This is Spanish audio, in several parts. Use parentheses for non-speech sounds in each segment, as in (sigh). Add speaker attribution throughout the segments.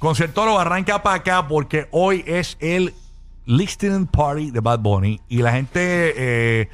Speaker 1: Concertolo arranca para acá porque hoy es el listening party de Bad Bunny y la gente eh,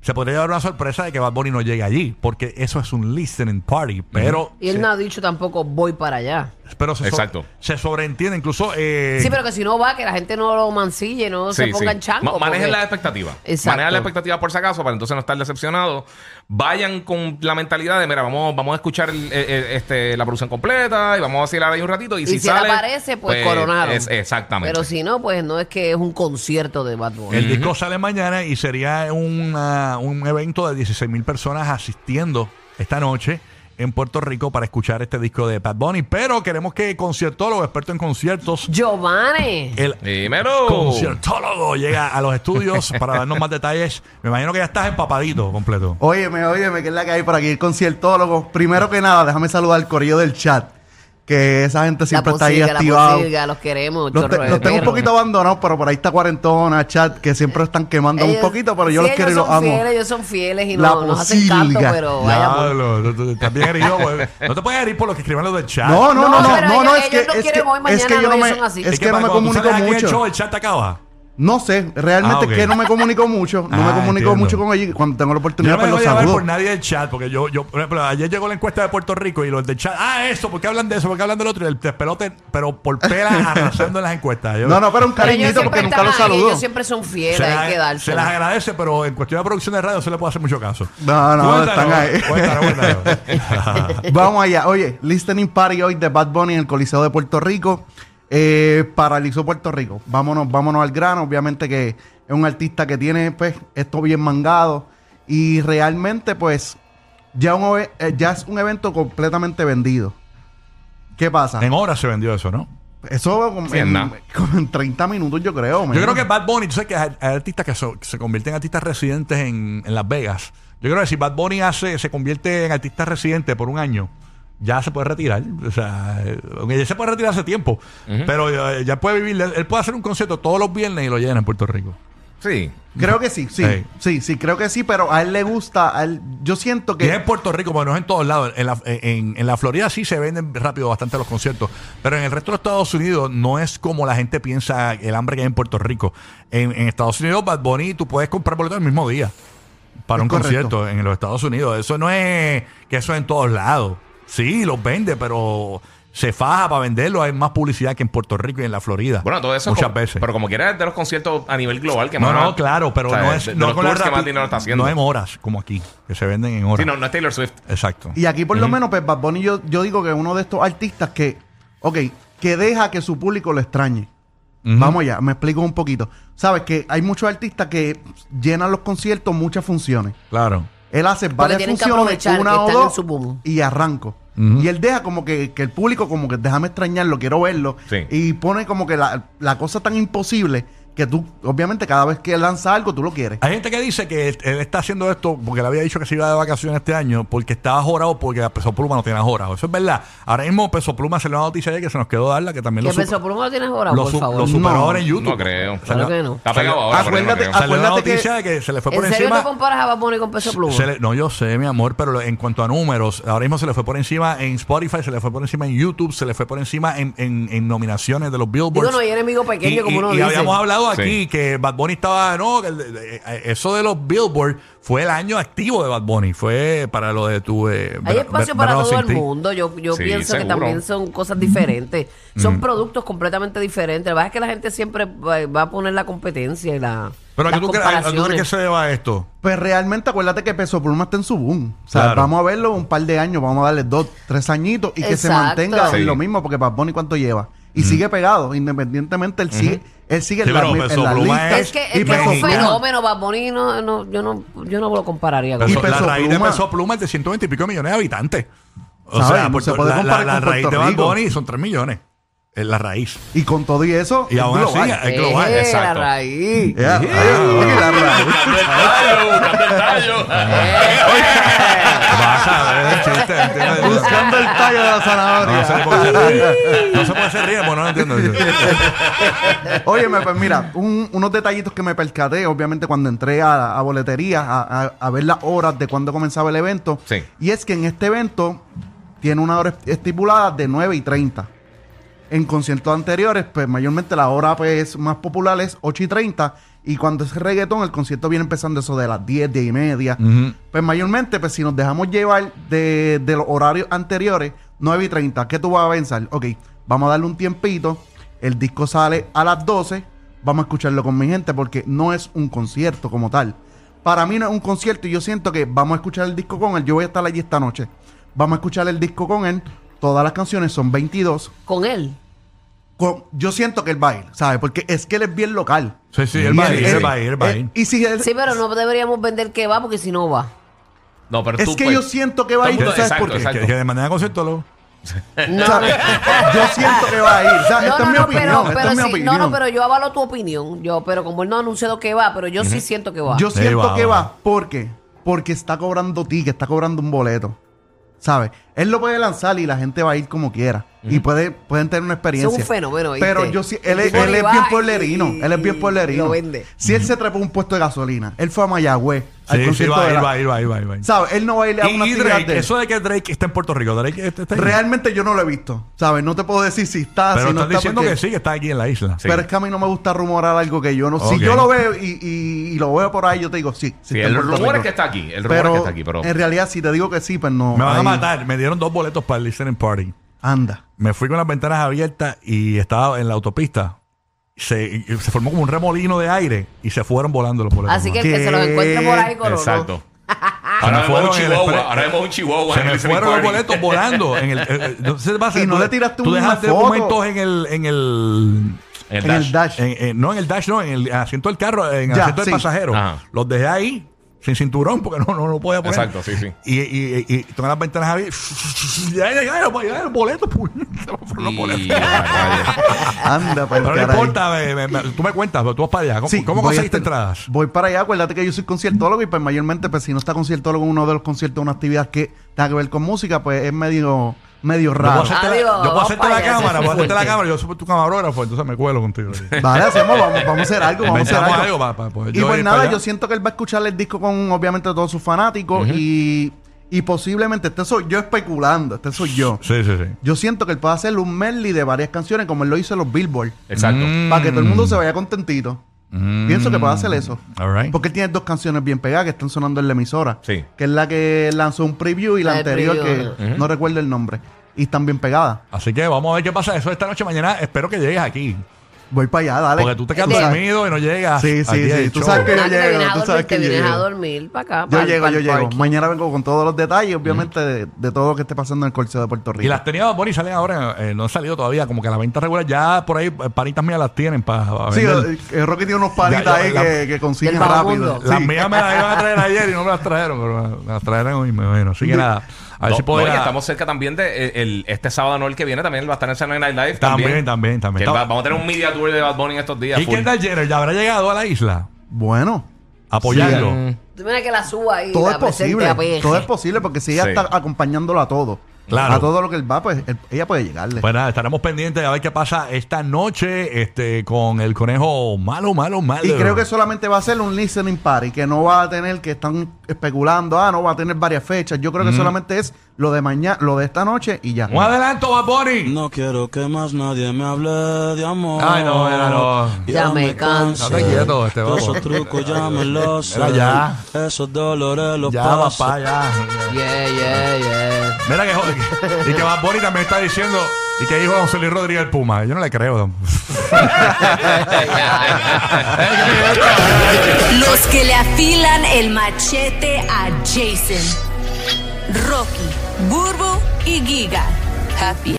Speaker 1: se podría dar una sorpresa de que Bad Bunny no llegue allí porque eso es un listening party, pero
Speaker 2: Y él no ha dicho tampoco voy para allá.
Speaker 1: pero se, so-
Speaker 3: Exacto.
Speaker 1: se sobreentiende incluso eh,
Speaker 2: Sí, pero que si no va, que la gente no lo mancille, no se
Speaker 3: Sí,
Speaker 2: pongan
Speaker 3: sí.
Speaker 2: chango.
Speaker 3: Ma- manejen
Speaker 2: porque-
Speaker 3: las expectativas.
Speaker 2: Exacto.
Speaker 3: Manejen las expectativas por si acaso para entonces no estar decepcionados. Vayan con la mentalidad de, mira, vamos, vamos a escuchar el- eh, eh, este, la producción completa y vamos a vacilar ahí un ratito. Y,
Speaker 2: Y si, le
Speaker 3: sale,
Speaker 2: aparece, pues, coronaron.
Speaker 3: es- exactamente.
Speaker 2: Pero si no, pues no es que es un concierto de Bad Bunny.
Speaker 1: el disco sale mañana y sería una- un evento de 16 mil personas asistiendo esta noche en Puerto Rico para escuchar este disco de Bad Bunny, pero queremos que conciertólogo, experto en conciertos,
Speaker 2: Giovanni.
Speaker 1: el
Speaker 3: Dímelo.
Speaker 1: conciertólogo llega a los
Speaker 2: (laughs)
Speaker 1: estudios para darnos más detalles. Me imagino que ya estás empapadito completo.
Speaker 4: Óyeme, óyeme, que es la que hay por aquí, el conciertólogo. Primero que nada, déjame saludar al corrillo del chat, que esa gente siempre está ahí
Speaker 2: posilga, La
Speaker 4: activada.
Speaker 2: posilga, los queremos.
Speaker 4: Los, te-
Speaker 2: chorro de
Speaker 4: los tengo un
Speaker 2: perro.
Speaker 4: poquito abandonados, pero por ahí está cuarentona, chat, que siempre están quemando
Speaker 2: Ellos-
Speaker 4: un poquito, pero yo
Speaker 2: sí,
Speaker 4: los quiero y
Speaker 2: ellos
Speaker 4: los
Speaker 2: son
Speaker 4: amo.
Speaker 2: Fieles, ellos son fieles y
Speaker 4: La
Speaker 2: no, nos hacen canto,
Speaker 4: posilga.
Speaker 2: pero Oh, vaya amor.
Speaker 1: Diablo, tú- tú- estás bien herido, güey. pues. No te puedes herir por los que escriben los del chat.
Speaker 4: No, no, no,
Speaker 2: No,
Speaker 4: no,
Speaker 2: pero
Speaker 4: no, no,
Speaker 2: ellos-
Speaker 4: es que
Speaker 2: ellos no
Speaker 4: es que
Speaker 2: quieren hoy,
Speaker 4: es que
Speaker 2: mañana
Speaker 4: yo no
Speaker 2: no,
Speaker 4: me
Speaker 2: ellos son así.
Speaker 4: es que no
Speaker 1: pasa? Cuando
Speaker 4: me
Speaker 1: tú
Speaker 4: comunico
Speaker 1: sales aquí del show,
Speaker 4: mucho.
Speaker 1: el chat te acaba.
Speaker 4: No sé, realmente
Speaker 1: Ah,
Speaker 4: es
Speaker 1: ok.
Speaker 4: que no me comunico mucho, no
Speaker 1: Ah,
Speaker 4: me comunico
Speaker 1: entiendo.
Speaker 4: mucho con ellos cuando tengo la
Speaker 1: Yo
Speaker 4: oportunidad,
Speaker 1: no me dejo
Speaker 4: pero los
Speaker 1: llevar
Speaker 4: pues, saludo.
Speaker 1: por nadie del chat, porque yo, yo, por ejemplo, ayer llegó la encuesta de Puerto Rico y los del chat, ah, eso, ¿por qué hablan de eso? ¿Por qué hablan del otro? Y el despelote, pero por pelas
Speaker 4: (laughs)
Speaker 1: arrasando en las encuestas. Yo-
Speaker 4: No, no, pero un
Speaker 2: Pero ellos
Speaker 4: cariñito
Speaker 2: siempre
Speaker 4: porque nunca
Speaker 2: están
Speaker 4: los
Speaker 2: ahí,
Speaker 4: saludo.
Speaker 2: Ellos siempre son fieles,
Speaker 1: se,
Speaker 2: hay que
Speaker 1: las, se
Speaker 2: dárselo.
Speaker 1: las agradece, pero en cuestión de producción de radio no se le puede hacer mucho caso.
Speaker 4: No, no, están ahí.
Speaker 1: Cuéntanos,
Speaker 4: (laughs)
Speaker 1: cuéntanos.
Speaker 4: Vamos allá. Oye, listening party hoy de Bad Bunny en el Coliseo de Puerto Rico. Eh, paralizó Puerto Rico. Vámonos, vámonos al grano. Obviamente que es un artista que tiene pues esto bien mangado. Y realmente, pues, ya, un ove- eh, ya es un evento completamente vendido. ¿Qué pasa?
Speaker 1: En horas se vendió eso, ¿no?
Speaker 4: Eso como
Speaker 3: Sí,
Speaker 4: en,
Speaker 3: en nada.
Speaker 4: (laughs) como en 30 minutos, yo creo.
Speaker 1: Yo creo que Bad Bunny, tú sabes que hay, hay artistas que, so- que se convierten en artistas residentes en, en Las Vegas. Yo creo que si Bad Bunny hace, se convierte en artista residente por un año, ya se puede retirar. O sea, eh, aunque ya se puede retirar hace tiempo, pero eh, ya puede vivir. Él él puede hacer un concierto todos los viernes y lo llena en Puerto Rico.
Speaker 3: Sí.
Speaker 4: Creo que sí, sí,
Speaker 1: Ey.
Speaker 4: sí, sí, creo que sí, pero a él le gusta, a él- yo siento
Speaker 1: Y es en
Speaker 4: que...
Speaker 1: Puerto Rico, bueno, no es en todos lados. En la, en- en la Florida sí se venden rápido bastante los conciertos, pero en el resto de Estados Unidos no es como la gente piensa el hambre que hay en Puerto Rico. En, en Estados Unidos, Bad Bunny, tú puedes comprar boletos el mismo día para
Speaker 4: Es
Speaker 1: un
Speaker 4: correcto.
Speaker 1: concierto en los Estados Unidos. Eso no es que eso es en todos lados. Sí, los vende, pero se faja para venderlo. Hay más publicidad que en Puerto Rico y en la Florida.
Speaker 3: Bueno, todo eso.
Speaker 1: Muchas
Speaker 3: como-
Speaker 1: veces.
Speaker 3: Pero como quiera, es de los conciertos a nivel global que
Speaker 1: no,
Speaker 3: más.
Speaker 1: no, claro, pero
Speaker 3: o sea,
Speaker 1: no
Speaker 3: de-
Speaker 1: es
Speaker 3: de
Speaker 1: no
Speaker 3: los
Speaker 1: con la
Speaker 3: tours que más
Speaker 1: rapi-
Speaker 3: dinero está haciendo.
Speaker 1: No en horas, como aquí, que se venden en horas.
Speaker 3: Sí, no, no es Taylor Swift.
Speaker 1: Exacto.
Speaker 4: Y aquí por lo menos, pues Bad Bunny yo, yo digo que es uno de estos artistas que, ok, que deja que su público lo extrañe. Vamos allá, me explico un poquito. Sabes que hay muchos artistas que llenan los conciertos muchas funciones.
Speaker 1: Claro.
Speaker 4: Él hace varias
Speaker 2: tienen que
Speaker 4: funciones,
Speaker 2: aprovechar que
Speaker 4: una o
Speaker 2: están en
Speaker 4: dos,
Speaker 2: su boom.
Speaker 4: y arranco. Y él deja como que, que el público como que déjame extrañarlo, quiero verlo.
Speaker 3: Sí.
Speaker 4: Y pone como que la, la cosa tan imposible que tú, obviamente, cada vez que él lanza algo, tú lo quieres.
Speaker 1: Hay gente que dice que él está haciendo esto porque le había dicho que se iba de vacaciones este año porque estaba jorado porque a Peso Pluma no tiene jorado. Eso es verdad. Ahora mismo Peso Pluma se le da una noticia ayer que se nos quedó darla que también
Speaker 2: Que
Speaker 1: lo, super-
Speaker 2: Peso Pluma lo tienes ahora,
Speaker 1: lo
Speaker 2: por
Speaker 1: su-
Speaker 2: favor.
Speaker 1: lo superó
Speaker 4: No.
Speaker 1: ahora en YouTube.
Speaker 3: No creo.
Speaker 2: Claro que no.
Speaker 3: Está pegado ahora. pero yo no
Speaker 4: Acuérdate-
Speaker 1: Se le da una
Speaker 3: creo.
Speaker 4: Acuérdate que-
Speaker 1: noticia de que se le fue por
Speaker 2: ¿En serio
Speaker 1: encima.
Speaker 2: no comparas a Bad Bunny con Peso Pluma?
Speaker 1: Se le- no, yo sé, mi amor, pero lo- en cuanto a números, ahora mismo se le fue por encima en Spotify, se le fue por encima en YouTube, se le fue por encima en, en- en nominaciones de los Billboards.
Speaker 2: Digo, no, y enemigo pequeño,
Speaker 1: Y-
Speaker 2: como
Speaker 1: y-
Speaker 2: uno
Speaker 1: y
Speaker 2: dice.
Speaker 1: habíamos hablado aquí
Speaker 3: Sí.
Speaker 1: que Bad Bunny estaba, no, que el- eh, eh, eso de los Billboard fue el año activo de Bad Bunny, fue para lo de tu... eh,
Speaker 2: Hay
Speaker 1: ver-
Speaker 2: espacio
Speaker 1: ver-
Speaker 2: para
Speaker 1: verano
Speaker 2: todo
Speaker 1: sin
Speaker 2: el
Speaker 1: ti.
Speaker 2: mundo. Yo, yo
Speaker 3: Sí,
Speaker 2: pienso que
Speaker 3: seguro.
Speaker 2: también son cosas diferentes. Son productos completamente diferentes. La verdad es que la gente siempre va va a poner la competencia y la.
Speaker 1: Pero ¿a
Speaker 2: las
Speaker 1: qué tú crees- a- a qué tú crees que
Speaker 2: comparaciones.
Speaker 1: se deba esto?
Speaker 4: Pues realmente acuérdate que Peso Pluma está en su boom. O sea,
Speaker 1: Claro.
Speaker 4: vamos a verlo un par de años, vamos a darle dos, tres añitos y que se
Speaker 2: Exacto.
Speaker 4: mantenga en
Speaker 3: Sí.
Speaker 4: lo mismo, porque Bad Bunny cuánto lleva. Y sigue pegado, independientemente, él sigue, él sigue
Speaker 1: Sí,
Speaker 4: en, la,
Speaker 1: pero
Speaker 4: mi- en
Speaker 1: Peso
Speaker 4: las
Speaker 1: Pluma
Speaker 4: listas.
Speaker 2: Es que es,
Speaker 4: y
Speaker 2: que es un
Speaker 4: Peso Pluma.
Speaker 2: fenómeno, Bad Bunny, no, no, yo, no, yo no lo compararía con
Speaker 4: Y
Speaker 1: Peso-
Speaker 4: Peso
Speaker 1: la raíz
Speaker 4: Pluma.
Speaker 1: de Peso Pluma es de 120 y pico millones de habitantes. O
Speaker 4: ¿Sabes?
Speaker 1: sea,
Speaker 4: No
Speaker 1: Puerto-
Speaker 4: se puede
Speaker 1: la, la-
Speaker 4: comparar
Speaker 1: la
Speaker 4: con
Speaker 1: raíz de
Speaker 4: Puerto
Speaker 1: Bad
Speaker 4: Rico.
Speaker 1: Bunny son 3 millones. Es la
Speaker 2: (laughs)
Speaker 1: raíz.
Speaker 4: Y con todo y eso,
Speaker 1: Y
Speaker 4: es
Speaker 1: aún así,
Speaker 4: global.
Speaker 1: es global.
Speaker 2: Eh, la
Speaker 3: exacto.
Speaker 2: raíz.
Speaker 4: Eh, (laughs) ah, la
Speaker 1: (laughs)
Speaker 4: raíz.
Speaker 1: Vas a ver, el chiste, entiendo.
Speaker 4: Buscando el tallo de
Speaker 1: No,
Speaker 4: la
Speaker 1: no sé
Speaker 4: zanahoria.
Speaker 1: por qué se ríe. No sé por qué se ríe, pues no lo entiendo.
Speaker 2: (laughs)
Speaker 4: Óyeme, pues mira, un- unos detallitos que me percaté, obviamente, cuando entré a, a boletería a, a- a ver las horas de cuándo comenzaba el evento.
Speaker 3: Sí.
Speaker 4: Y es que en este evento tiene una hora estipulada de 9 y 30. En conciertos anteriores, pues mayormente la hora pues, más popular es 8 y 30. Y cuando es reggaetón, el concierto viene empezando eso de las 10, 10 y media.
Speaker 1: Ujú.
Speaker 4: Pues mayormente, pues si nos dejamos llevar de, de los horarios anteriores, 9 y 30, ¿qué tú vas a pensar? Ok, vamos a darle un tiempito, el disco sale a las 12, vamos a escucharlo con mi gente porque no es un concierto como tal. Para mí no es un concierto y yo siento que vamos a escuchar el disco con él, yo voy a estar allí esta noche, vamos a escuchar el disco con él, todas las canciones son 22,
Speaker 2: Con él.
Speaker 4: con- yo siento que él va a ir, ¿sabes? Porque es que él es bien local.
Speaker 1: Sí, sí,
Speaker 4: Y
Speaker 1: él va a
Speaker 4: él-
Speaker 1: ir, él va a ir, él va a
Speaker 4: él-
Speaker 1: ir.
Speaker 4: Y si él-
Speaker 2: Sí, pero no deberíamos vender que va porque si no va.
Speaker 3: No, pero
Speaker 4: es
Speaker 3: tú,
Speaker 4: que
Speaker 3: pues,
Speaker 4: yo siento que va a ir,
Speaker 3: Todo
Speaker 4: ¿tú
Speaker 3: el mundo-
Speaker 4: ¿sabes por
Speaker 3: exacto,
Speaker 4: qué?
Speaker 1: Que, que de manera concierto luego.
Speaker 2: No,
Speaker 4: O sea, yo siento que va a ir. O sea, Ah, esta es mi opinión.
Speaker 2: pero,
Speaker 4: esta
Speaker 2: pero
Speaker 4: es mi
Speaker 2: sí,
Speaker 4: opinión.
Speaker 2: no, no, pero yo avalo tu opinión. Yo, pero como él no ha anunciado que va, pero yo sí siento que va.
Speaker 4: Yo
Speaker 1: Sí,
Speaker 4: siento
Speaker 1: va,
Speaker 4: que
Speaker 1: va.
Speaker 4: va. ¿Por qué? Porque está cobrando ticket, está cobrando un boleto. ¿Sabes? Él lo puede lanzar y la gente va a ir como quiera. Y puede, pueden tener una experiencia.
Speaker 2: Es un fenómeno, ¿viste?
Speaker 4: Pero yo sí,
Speaker 2: El
Speaker 4: él, es-
Speaker 2: tipo
Speaker 4: él
Speaker 2: ni
Speaker 4: es
Speaker 2: va
Speaker 4: bien
Speaker 2: y-
Speaker 4: pueblerino. Él es bien pueblerino.
Speaker 2: lo vende.
Speaker 4: Si él se trepó un puesto de gasolina, él fue a Mayagüez. al
Speaker 1: Sí, sí,
Speaker 4: concierto
Speaker 1: va a
Speaker 4: de
Speaker 1: ir,
Speaker 4: la-
Speaker 1: va a ir, va a ir, va a ir, va a ir.
Speaker 4: ¿Sabes? Él no va a ir a una
Speaker 1: Y, y
Speaker 4: actividad
Speaker 1: Drake,
Speaker 4: de él.
Speaker 1: eso de que Drake está en Puerto Rico, Drake está, está ahí.
Speaker 4: Realmente yo no lo he visto. ¿Sabes? No te puedo decir si está,
Speaker 1: Pero
Speaker 4: si no
Speaker 1: están
Speaker 4: está.
Speaker 1: diciendo
Speaker 4: porque-
Speaker 1: que sí, que está aquí en la isla.
Speaker 3: Sí.
Speaker 4: Pero es que a mí no me gusta rumorar algo que yo no.
Speaker 1: Ok.
Speaker 4: Si yo lo veo y, y- y lo veo por ahí, yo te digo sí. sí
Speaker 3: Sí,
Speaker 4: está en
Speaker 3: el
Speaker 4: Puerto
Speaker 3: rumor es
Speaker 4: Rico.
Speaker 3: que está aquí. El rumor
Speaker 4: pero,
Speaker 3: es que está aquí, pero.
Speaker 4: en realidad, si te digo que sí, pues no.
Speaker 1: Me van a
Speaker 4: ahí,
Speaker 1: matar. Me dieron dos boletos para el listening party.
Speaker 4: Anda.
Speaker 1: Me fui con las ventanas abiertas y estaba en la autopista. Se, y- y se formó como un remolino de aire y se fueron volando los boletos.
Speaker 2: Así que el
Speaker 4: ¿Qué?
Speaker 2: que se los encuentre por ahí con
Speaker 3: Exacto.
Speaker 1: Se me
Speaker 3: Ahora vemos
Speaker 1: fueron
Speaker 3: un
Speaker 1: en el
Speaker 3: chihuahua.
Speaker 1: express.
Speaker 3: Ahora vemos un chihuahua.
Speaker 1: se
Speaker 3: en el
Speaker 1: me
Speaker 3: listening
Speaker 1: fueron los
Speaker 3: party.
Speaker 1: boletos volando. En el, eh, eh, entonces va a ser-
Speaker 4: Y no
Speaker 1: tú-
Speaker 4: le tiraste
Speaker 1: Tú
Speaker 4: una
Speaker 1: dejaste
Speaker 4: foto.
Speaker 1: documentos en el, en el
Speaker 3: En el
Speaker 4: en
Speaker 3: dash.
Speaker 4: el dash.
Speaker 1: En- en- no en el dash, no, en el asiento del carro, en el
Speaker 4: Ya,
Speaker 1: asiento
Speaker 4: sí.
Speaker 1: del pasajero.
Speaker 3: Ajá.
Speaker 1: Los dejé ahí, sin cinturón, porque no, no, no podía poner.
Speaker 3: Exacto, sí, sí.
Speaker 1: Y, y, y, y tocan las ventanas abiertas. (laughs) Ya, ya, ya, ya, ya, los boletos, pues. pu- se me fueron los boletos.
Speaker 3: Y- ah, rayos.
Speaker 4: Anda, para
Speaker 1: Pero no importa, me- me- me- tú me cuentas, pero tú vas para allá. ¿Cómo, ¿cómo conseguiste entradas?
Speaker 4: Voy para allá. Acuérdate que yo soy conciertólogo y, pues, mayormente, pues, si no está conciertólogo en uno de los conciertos, una actividad que tenga que ver con música, pues es medio, medio
Speaker 1: Yo puedo
Speaker 4: raro.
Speaker 1: hacerte,
Speaker 2: Adiós,
Speaker 1: la, yo puedo
Speaker 2: vamos
Speaker 1: hacerte
Speaker 2: para
Speaker 1: la
Speaker 2: allá,
Speaker 1: cámara, puedo
Speaker 2: ese es
Speaker 1: hamarógrafo
Speaker 2: fuerte.
Speaker 1: cámara, yo soy tu camarógrafo, entonces me cuelo contigo. (laughs)
Speaker 4: Vale, hacemos, vamos, vamos a hacer algo, vamos a hacer
Speaker 1: Inventamos
Speaker 4: algo.
Speaker 1: algo para- para poder
Speaker 4: y
Speaker 1: yo
Speaker 4: pues
Speaker 1: ir
Speaker 4: nada,
Speaker 1: para allá.
Speaker 4: yo siento que él va a escuchar el disco con obviamente todos sus fanáticos y, y posiblemente, este soy yo especulando, este soy yo.
Speaker 1: Sí, sí, sí.
Speaker 4: Yo siento que él puede hacer un medley de varias canciones como él lo hizo en los Billboard.
Speaker 3: Exacto.
Speaker 4: Para que todo el mundo se vaya contentito. Pienso que puede hacer eso.
Speaker 1: Mm. All right.
Speaker 4: Porque él tiene dos canciones bien pegadas que están sonando en la emisora.
Speaker 3: Sí.
Speaker 4: Que es la que lanzó un preview y la
Speaker 2: Ah, el
Speaker 4: anterior
Speaker 2: preview.
Speaker 4: que no recuerdo el nombre. Y están bien pegadas.
Speaker 1: Así que vamos a ver qué pasa eso esta noche. Mañana espero que llegues aquí.
Speaker 4: Voy para allá, dale.
Speaker 1: Porque tú te quedas
Speaker 4: sabes. Eh,
Speaker 1: dormido y no llegas.
Speaker 4: Sí,
Speaker 1: al
Speaker 4: sí,
Speaker 1: día
Speaker 4: sí.
Speaker 1: del
Speaker 4: Tú
Speaker 1: show.
Speaker 4: sabes que
Speaker 2: uno.
Speaker 4: yo
Speaker 2: Ah, te
Speaker 4: llego.
Speaker 2: vienes a
Speaker 4: Tú sabes
Speaker 2: dormir,
Speaker 4: que
Speaker 2: te
Speaker 4: yo
Speaker 2: vienes a
Speaker 4: llego.
Speaker 2: dormir para acá.
Speaker 4: Yo
Speaker 2: pa'l-
Speaker 4: llego,
Speaker 2: pa'l
Speaker 4: yo llego.
Speaker 2: parking.
Speaker 4: Mañana vengo con todos los detalles, obviamente, de, de todo lo que esté pasando en el Coliseo de Puerto Rico.
Speaker 1: Y las tenía Bonnie salen ahora, eh, no han salido todavía, como que a la venta regular ya por ahí eh, panitas mías las tienen para
Speaker 4: Sí, eh, eh, Rocky tiene unos palitas
Speaker 1: Ya, ya,
Speaker 4: ahí
Speaker 1: la-
Speaker 4: que, que consiguen
Speaker 2: Del
Speaker 4: rápido.
Speaker 2: vagabundo.
Speaker 4: Sí.
Speaker 1: Las mías me las iban a traer ayer y no me las trajeron, pero me las trajeron hoy, me imagino. Así que nada, a ver
Speaker 3: No,
Speaker 1: si puedo
Speaker 3: no,
Speaker 1: ir
Speaker 3: y
Speaker 1: a-
Speaker 3: estamos cerca también de el, el- este sábado no el que viene también él va a estar en Saturday Night Live
Speaker 1: También, también, también.
Speaker 3: Que va- vamos a tener un media tour de Bad Bunny en estos días
Speaker 1: ¿Y (laughs)
Speaker 3: full. (laughs)
Speaker 1: Kendall Jenner ya habrá llegado a la isla?
Speaker 4: Bueno,
Speaker 1: Apoyarlo.
Speaker 2: Tú mira que la suba ahí.
Speaker 4: todo
Speaker 2: la
Speaker 4: es
Speaker 2: presente, pues.
Speaker 4: posible.
Speaker 2: la pegue.
Speaker 4: Todo es posible porque si ella
Speaker 3: Sí.
Speaker 4: está acompañándolo a todo,
Speaker 1: Claro.
Speaker 4: a todo lo que él va, pues él- ella puede llegarle.
Speaker 1: Pues nada, estaremos pendientes a ver qué pasa esta noche este, con el conejo malo, malo, malo.
Speaker 4: y creo que solamente va a ser un listening party, que no va a tener, que están especulando, ah, no va a tener varias fechas. Yo creo que solamente es lo de mañana, lo de esta noche y ya.
Speaker 1: Un adelanto, Bad Bunny.
Speaker 5: No quiero que más nadie me hable de amor.
Speaker 1: Ay, no, mira, no.
Speaker 2: Ya me canso.
Speaker 1: No te quieto, este,
Speaker 5: Todos
Speaker 1: vamos.
Speaker 5: Esos trucos ya me los sé.
Speaker 1: Mira, ya.
Speaker 5: Esos dolores los
Speaker 1: Ya,
Speaker 5: paso.
Speaker 1: papá, ya.
Speaker 2: Yeah, yeah, yeah.
Speaker 1: Mira que joder. Y que Bad Bunny también está diciendo. Y que dijo José Luis Rodríguez el Puma. Yo no le creo.
Speaker 6: Los que le afilan el machete a Jason. Rocky, Burbo y Giga. Happy.